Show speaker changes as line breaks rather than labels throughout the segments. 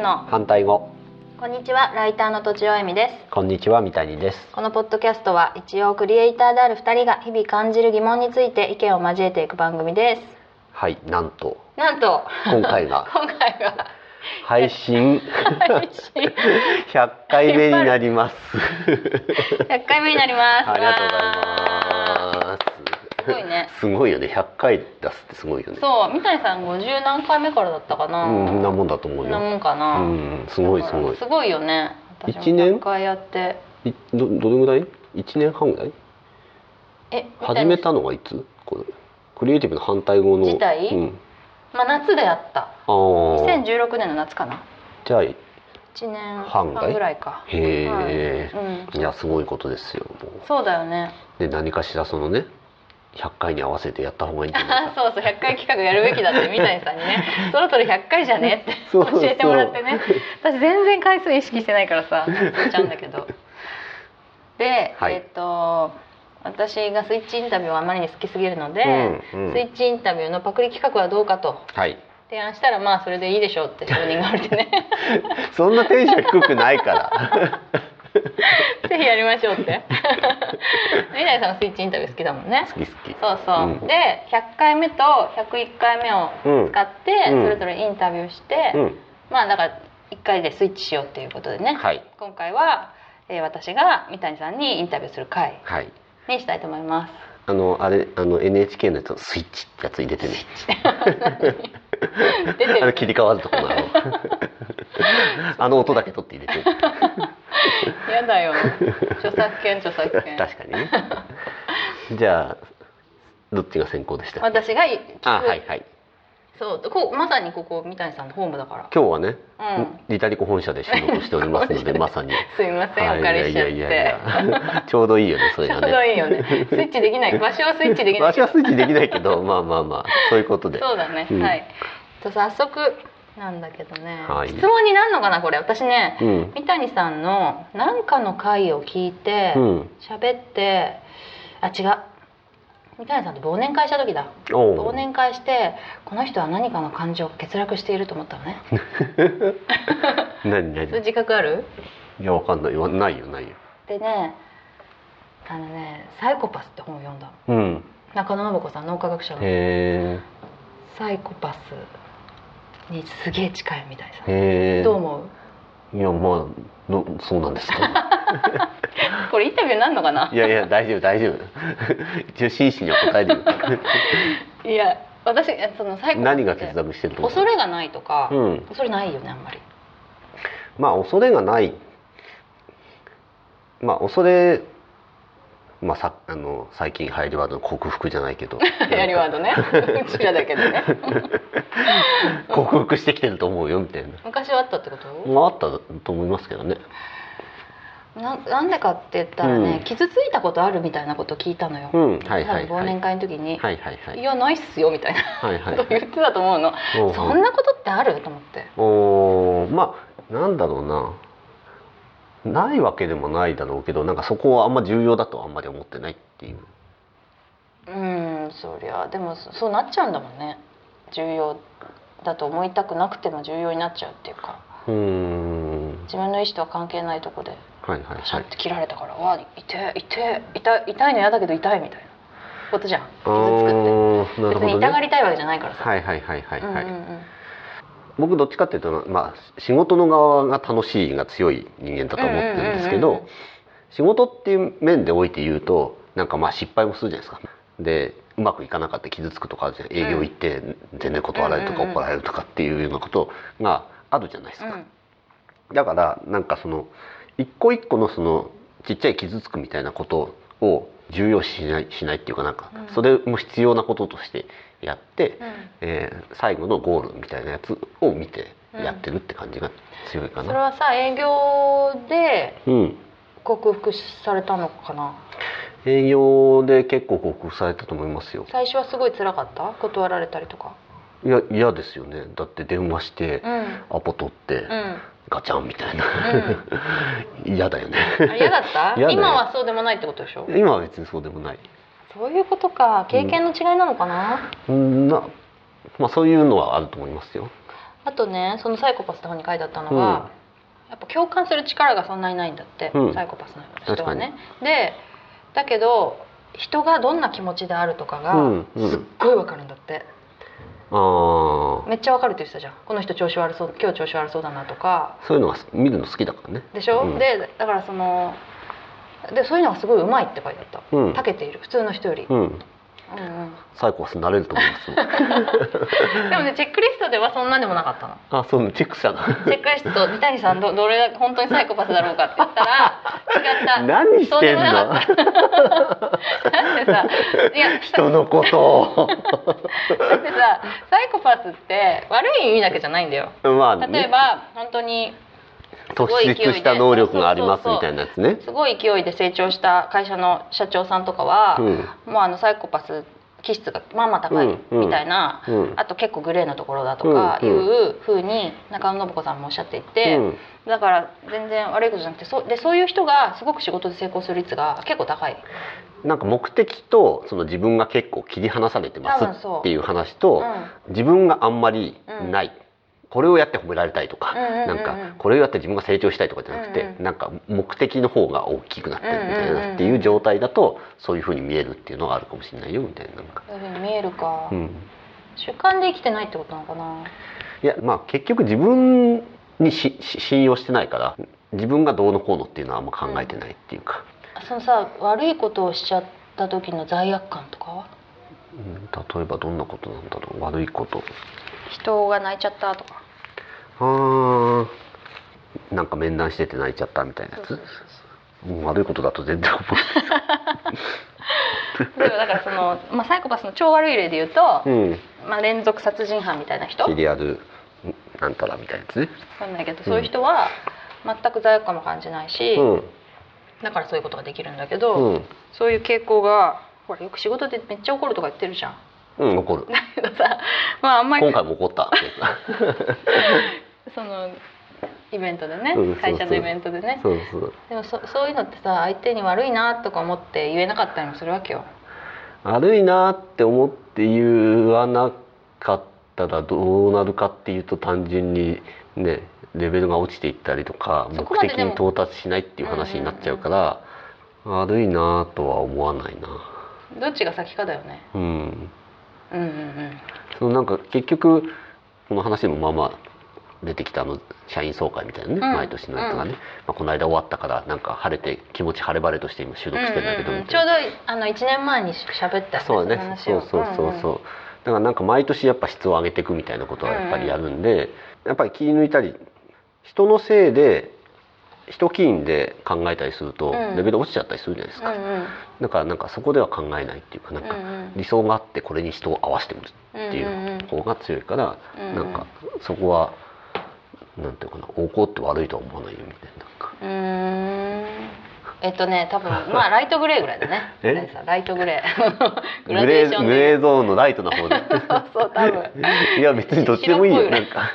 の
反対語
こんにちはライターのとちおえみです
こんにちは三谷です
このポッドキャストは一応クリエイターである2人が日々感じる疑問について意見を交えていく番組です
はいなんと
なんと
今回が
今回は
配信
配信
100回目にな ります
100回目になります
ありがとうございます
すごいね
すごいよね100回出すってすごいよね
そう三谷さん50何回目からだったかな、
うんそんなもんだと思
そ
うん
な
よ
もんか
う
な、
んすごいすごい
すごいよね私も
一年
100回やって
いどどれぐらい1年半ぐらい
え三
始
谷
めたのはいつこれクリエイティブの反対語の
自体
うん、
まあ夏でやった
ああ
2016年の夏かな
じゃあ
1年
半ぐらい
半ぐらいか
へえ、
うん、
いやすごいことですよもう
そうだよね
で何かしらそのね100回に合わせてやった方がいいんじ ゃない
あ
か
そうそう100回企画やるべきだって三谷さんに ねそろそろ100回じゃねって
そうそう
教えてもらってね私全然回数意識してないからさやっちゃうんだけどで、
はい
えっと私がスイッチインタビューをあまりに好きすぎるので、
うんうん
スイッチインタビューのパクリ企画はどうかと
はい
提案したらまあそれでいいでしょうって承認が下りてね
そんなテンション低くないから
ぜひやりましょうって 三谷さんのスイッチインタビュー好きだもんね
好き好き
そうそう、
うん
で100回目と101回目を
うん
使って、
うん
それぞれインタビューして、
うん
まあだから1回でスイッチしようっていうことでね、
はい
今回は、えー私が三谷さんにインタビューする回
はい
にしたいと思います
あのあれあの NHK のやつのスイッチってやつ入れてね
出て
あの
る
切り替わるとこ のあのあの音だけ取って入れてる
や だよ著作権著作権
確かにねじゃあどっちが先行でした
私がい
あはいはい
そうこうまさにここ三谷さんのホームだから
今日はね、
うん
リタリコ本社で仕事しておりますのでまさに
すいません、
はい
お借りしちゃっ
いやいやい
て
やいや ちょうどいいよねそれ
ちょ
が
う
ね
どいいよねスイッチできない場所はスイッチできない
私はスイッチできないけどまあまあまあそういうことで
そうだね、
うん
はいと早速なんだけどね、
はい
質問になるのかなこれ私ね、
うん
三谷さんの何かの回を聞いて
うん
喋、ってあ違う三谷さんと忘年会した時だ
お
忘
う
年会してこの人は何かの感情が欠落していると思ったのね
何何
そういう自覚ある
いやわかんないわないよないよ
でねあのね「サイコパス」って本を読んだの
うん
中野信子さん脳科学者の
へ
サイコパスにすげえ近いみたい
え
さ
へえ
どう思う
いやまあどそうなんですか
これインタビューになるのかない
やいや大丈夫大丈夫一応真摯には答えるよ
いや私えその最後
何が決断してると思う
恐れがないとか、
うん
恐れないよねあんまり
まあ恐れがないまあ恐れまあさあの最近流行りワードの克服じゃないけ ど
やりワード ねうちらだけどね
克服してきてると思うよみたいな
昔はあったってこと、
まああったと思いますけどね
ななんでかって言ったらね、
うん
傷ついたことあるみたいなこと聞いたのよ、
うんはいはい
多分忘
はい
年会の時に「、
はいはいはいい
やないっすよ」みたいな
はい
こ
はい
とを言ってたと思うの、
おう
そんなことってあると思って
おーまあなんだろうなないわけでもないだろうけどなんかそこはあんま重要だとはあんまり思ってないっていう
うんそりゃでもそそうなっちゃうんだもんね重要だと思いたくなくても重要になっちゃうっていうか
うーん
自分の意思とは関係ないとこで
はいはい
シャ
は
ッ
い
て切られたから、わあ痛い痛い痛い痛いの嫌だけど痛いみたいなことじゃん傷つ
あーな
くっ
る
て、別
ほ
に
ど
痛が
ね
りたいわけじゃないからさ、
はいはいはいはい
うんうん
は
う
い、
ん、
僕どっちかっていうと、まあ、仕事の側が楽しいが強い人間だと思ってるんですけ
うんうんうんう
ど
ん
仕事っていう面でおいて言うとなんかまあ失敗もするじゃないですか。でうまくいかなかった傷つくとかあるじゃん営業行って全然断られると
う
か
んうんうん
怒られるとかっていうようなことがあるじゃないです
う
か。
ん
だからなんかその一個一個のそのちっちゃい傷つくみたいなことを重要視しないしないっていうかなんか
うん
それも必要なこととしてやって、
うん
えー最後のゴールみたいなやつを見てやってるって感じが強いか
それ
な。
はさ営業で
うん
克服されたのかな
営業で結構克服されたと思いますよ。
最初はすごい辛かった断られたりとか
いや嫌ですよね。だって電話して、
うんうん
アポ取って、ガチャンみたいな
う
嫌だよね。
ん、あ嫌だった
嫌だよ
今はそうでもないってことでしょ
今は別にそうでもない。
そういうことか経験の違いなのかな、
なまあそういうのはあると思いますよ。
あとねそのサイコパスの方に書いてあったの
うん
が、やっぱ共感する力がそんなにないんだって、
うん
サイコパスの人はね。でだけど人がどんな気持ちであるとかが
うんうん
すっごいわかるんだって、
ああ
めっちゃわかるって言ってたじゃんこの人調子悪そう今日調子悪そうだなとか
そういうのが見るの好きだからね
でしょ、
うん
でだからそのでそういうのがすごいうまいって書いてあった
うん
長けている普通の人より、
うん
うん
サイコパスになれると思います
うんでもねチェックリストではそんなでもなかったの
あそうチェックしたな
チェックリスト三谷さんどどれが本当にサイコパスだろうかって言ったら違った
何してんの
だってさいや
人 のこと
だってさサイコパスって悪い意味だけじゃないんだよ
をまあ、ね、
例えば本当に
突出した能力がありますみたいなやつね
すごい勢いで成長した会社の社長さんとかは、
うん
もうあのサイコパス気質がまあまあ高い
うんうん
みたいな、
うん
あと結構グレーなところだとか
う
い
んうん
うふうに中野信子さんもおっしゃっていて、
うん
だから全然悪いことじゃなくてそうでそういう人がすごく仕事で成功する率が結構高い。
なんか目的とその自分が結構切り離されてます
多分そう
っていう話と、自分があんまりない、これをやって褒められたいとか、
うんうんうんうん
なんかこれをやって自分が成長したいとかじゃなくて、
うんうん
なんか目的の方が大きくなってるみたい
うんうんうんう
なんっていう状態だとそういうふうに見えるっていうのがあるかもしれないよみたいななんか、
そういうふうに見えるか、
うん、
主観で生きてないってことなのかな。
いやまあ結局自分にしし信用してないから自分がどうのこうのっていうのはあんま考えてないっていうか、
そのさ悪いことをしちゃった時の罪悪感とかは
うん例えばどんなことなんだろう悪いこと
人が泣いちゃったとか
あーなんか面談してて泣いちゃったみたいなやつうん悪いことだと全然思わない
でもだからその、まあ、サイコパスの超悪い例で言うと、
うん、
まあ、連続殺人犯みたいな人
シリアルなんたらみたいなやつね、
わかんないけどそういう人は全く罪悪感も感じないし、
うん
だからそういうことができるんだけど、
うん
そういう傾向がほらよく仕事でめっちゃ怒るとか言ってるじゃん。
うん、怒る
だけどさまああんまり
今回も怒った
そのイベントでね、
うんそうそう
会社のイベントでね
そうそう
でもそそういうのってさ相手に悪いなとか思って言えなかったりもするわけよ。
悪いなって思って言わなかったらどうなるかっていうと単純にねレベルが落ちていったりとか
そ
目
こまで
的
でも
に到達しないっていう話になっちゃうから、悪いなとは思わないな
どっちが先かだよね。
うん
うんうんうん。
そのなんか結局この話でもまあまあ出てきたあの社員総会みたいなね、
うん
毎年のやつがね、まあ、この間終わったからなんか晴れて気持ち晴れ晴れとして今収録してんだけ
う
ど
んうん
み
うんちょ
た
う
い
ど
な
あの1年前に喋ったよね
そうだ
の
ね
話
そ
を
うそうそうそう、だからなんか毎年やっぱ質を上げていくみたいなことはやっぱりやるんで、やっぱり気抜いたり人のせいで人起因で考えたりすると
うん
レベル落ちちゃったりするじゃないで
う
す
ん
か、
うんうん
だからなんかそこでは考えないっていうかなん
う
か
んうん
理想があってこれに人を合わせてみるってい
んんん
う方が強いから、
うんうん
なんかそこはなんていうかな怒って悪いとは思わないよみたいななんか
うーんえっとね 多分まあライトグレーぐらいだね
え
大地さんライトグレー
グレーグ
で
レーゾーンのライトな方で
そうそう多分
いや別にどっちでもいいよ
白
な
っ
んか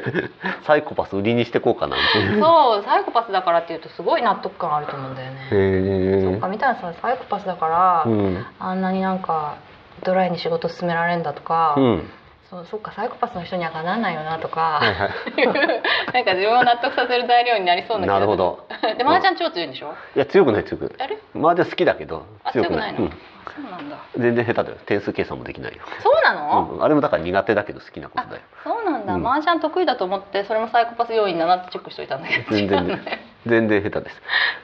サイコパス売りにしてこうかなみたいな
そうサイコパスだからっていうとすごい納得感あると思うんだよね
へ
なんか三谷さんサイコパスだから、
うん
あんなになんかドライに仕事進められんだとか、
うん
そうそっかサイコパスの人にはかなんないよ なとか、
はいは
なんか自分を納得させる材料になりそう
い
な気が
なるほど
で麻雀超強いんでしょ
いや強くない強くない
あれ
麻雀好きだけど
あ
強くない
強くないの
うん
そうなんだ
全然下手だよ点数計算もできないよ、
そうなの、
うんあれもだから苦手だけど好きなことだよ
そうなんだ、
うん
麻雀得意だと思ってそれもサイコパス要因だなってチェックしといたんだけど
全然
違う
で
ね
全然下手です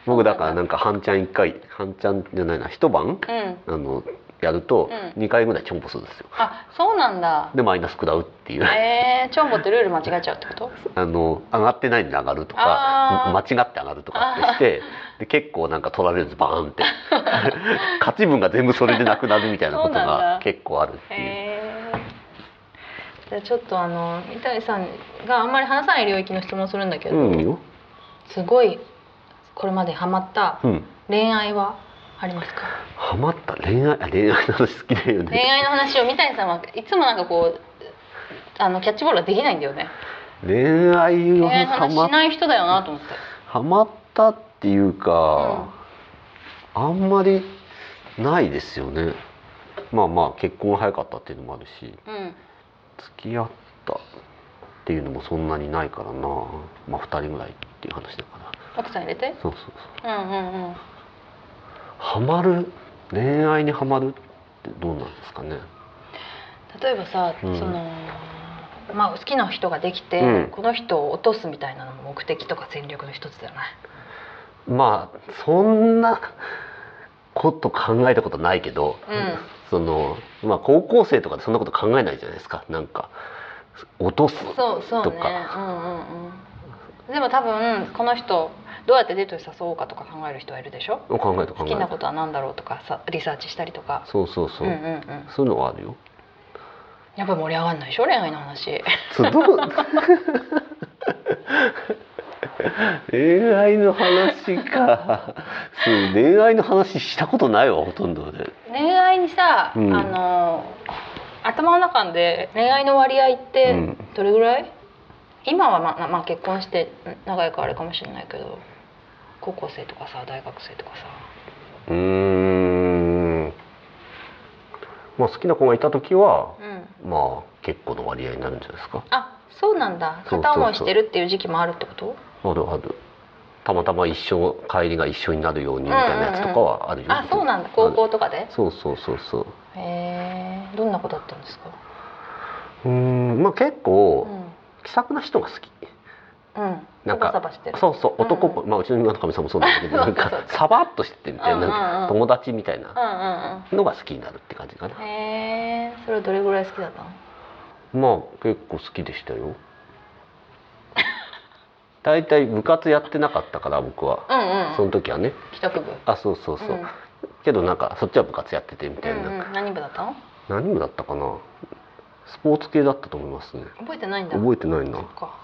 僕だからなんか半ちゃん1回半ちゃんじゃないな一晩
うん
あのやると
う
2回ぐらいチョンボするんですよ
あそうなんだ
でマイナス食らうっていう
えー、チョンボってルール間違えちゃうってこと
あの上がってないのに上がると
あ
か
ー
間違って上がるとかってしてで結構なんか取られるんですバーンって 勝ち分が全部それでなくなるみたいなこ
そ
と
うなんだ
が結構あるっていう
へーじゃあちょっとあの三谷さんがあんまり話さない領域の質問をするんだけど、
うんいいよ
すごいこれまでハマった
うん
恋愛はありますか
ハマった恋愛あ恋愛の話好きだよ
恋
ね
愛の話を三谷さんはいつもなんかこうあのキャッチボールができないんだよね
恋愛
恋
を
愛の
ハ
話
マっ
しない人だよなと思って
ハマったっていうか、あんまりないですよねまあまあ結婚が早かったっていうのもあるし
うん
付き合ったっていうのもそんなにないからなまあ2人ぐらいっていう話だから
奥さん入れて
そうそうそう
うんうんうん
ハマる恋愛にハマるってどうなんですかね
例えばさ、
うん
そのまあ好きな人ができて、
うん
この人を落とすみたいなのも目的とか戦略の一つじゃない
まあそんなこと考えたことないけど、
うん
そのまあ高校生とかでそんなこと考えないじゃないですかなんか落とす
そうそう
と
ね
か
うんうんうんでも多分この人どうやってデートに誘おうかとか考える人はいるでしょ
考えた考
好
え
きな
た
ことは何だろうとかさリサーチしたりとか
そうそうそう、
うんうんうん
そういうのはあるよ
やっぱり盛り上がんないでしょ恋愛の話
つどう恋愛の話かそう恋愛の話したことないわほとんどで
恋愛にさ、
うん
あの頭の中で恋愛の割合って
うん
どれぐらい、今はまあ、まあ、結婚して長いからあれかもしれないけど高校生とかさ大学生とかさ
うーんまあ好きな子がいた時は
うん
まあ結構の割合になるんじゃないですか
あそうなんだ
そうそうそう
片思いしてるっていう時期もあるってこと
あるあるたまたま一緒帰りが一緒になるようにみたいなやつとかはあるよ、
あそうなんだ高校とかで
あるそうそうそうそう
へえどんな子だったんですか
うーんまあ結
う
構
ん
気さくな人が好き
うん
なん
サバサ
か
バしてる
そうそ
うん
う
うん
男っぽい、まあうちの今のかみさんもそうなんだけどなん
そう
か
か
サバっとしててみたいな
うんうんうん
なんか友達みたい
うん
な
うん
のが好きになるって感じかな
うんへえそれはどれぐらい好きだったの
まあ結構好きでしたよ大体部活やってなかったから僕は
うんうん
その時はね
帰宅部
あそうそうそう、
ん
けどなんかそっちは部活やっててみたいな、
うんうん、何部だったの
何部だったかなスポーツ系だったと思いますね
覚えてないんだ
覚えてない
そ
な
っか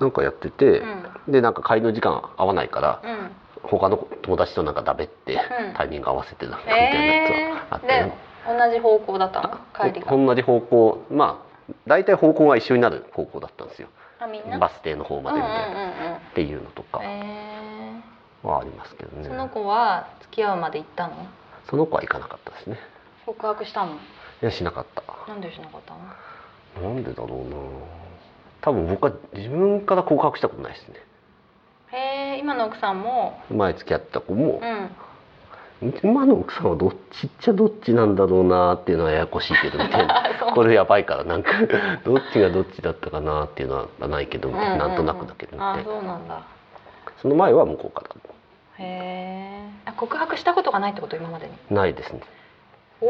なんかやって
う
て、
ん
でなんか帰りの時間合わないから
うん
他の友達となんかだべって、
うん
タイミング合わせてなんかみたいなやつ
え
はあ
ー、
った
で
よ、
同じ方向だったの帰りが
同じ方向まあ大体方向が一緒になる方向だったんですよ
あみんな
バス停の方までみたいな、
うんうんうんうん
っていうのとか
え
はありますけどね
ー、その子は付き合うまで行ったの
その子は行かなかったですね
告白したの
いやしなかった
なんでしなかったの
なんでだろうな多分僕は自分から告白したことないですね
へえー、今の奥さんも
前付き合ってた子
う
も
ん、うん
今の奥さんはどっちっちゃどっちなんだろうなっていうのはややこしいけどみ たいなこれやばいからなんかどっちがどっちだったかなっていうのはないけどみたいな,、
うん
んとなくだけどみた
あ
いな
そうなんだ
その前は向こうから
へえー、あ告白したことがないってこと今までに
ないですね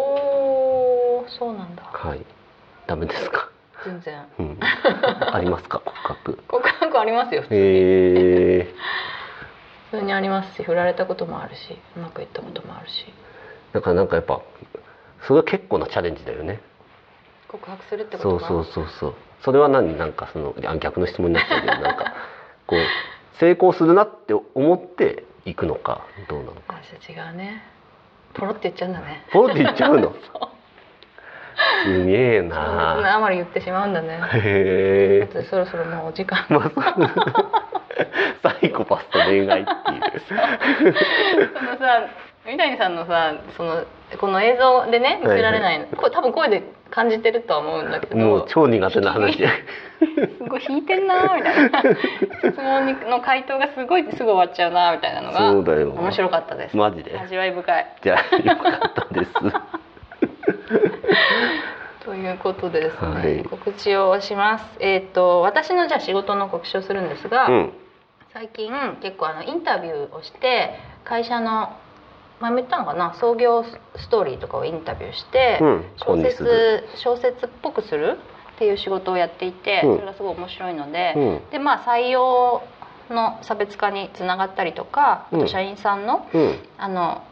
おおそうなんだ
はいダメですか、
全然
うん、ありますか告白
告白ありますよ普通に
へえ
普通にありますし振られたこともあるしうまくいったこともあるし
だからなんかやっぱそれは結構なチャレンジだよね
告白するってこ
そ
と
う
か
そうそうそうそれは何なんかそのあ逆の質問になっちゃうけどなんかこう成功するなって思っていくのかどうなのか
あじゃあ違うねポロって言っちゃうんだね
ポロって言っちゃ うのすげえ
あ
な
あまり言ってしまうんだね
へえ
でそろそろもうお時間
まあそうサイコパスと恋愛っていう
そのさ三谷さんのさそのこの映像でね見せられないの、こ多分声で感じてるとは思うんだけど
もう超苦手な話
すごい引いてんなーみたいな質問にの回答がすごいすぐ終わっちゃうなーみたいなの
そう
が
だよ
面白かったです
マジで
味わい深い
じゃあよかった です
ということでですね、
はい
告知をします。えっ、と私のじゃあ仕事の告知をするんですが、
うん
最近結構あのインタビューをして会社の前も言ったのかな創業ストーリーとかをインタビューして、
うん
小
本にする
説小説っぽくするっていう仕事をやっていて、
うん
それがすごい面白いので、
うん
でまあ採用の差別化につながったりとか、あ
う
と
ん
社員さんの
うん
あの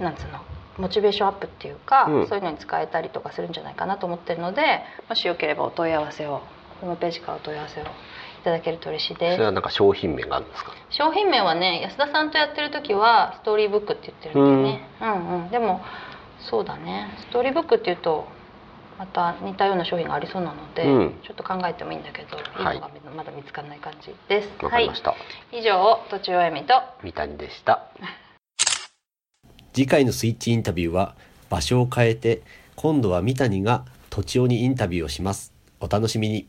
なんつうのモチベーションアップっていうか、
うん
そういうのに使えたりとかするんじゃないかなと思ってるのでもしよければお問い合わせをホームページからお問い合わせをいただけると嬉しい
そ
で
れ
す
はなんか商品名があるんですか
商品名はね安田さんとやってる時はストーリーブックって言ってるんだよね、うんうん、でもそうだねストーリーブックっていうとまた似たような商品がありそうなので、
うん
ちょっと考えてもいいんだけど、
はい
いいのがまだ見つからない感じです。
わかりました、
はい、以上とちおえみと
三谷でした
次回のスイッチインタビューは場所を変えて今度は三谷が土地尾にインタビューをしますお楽しみに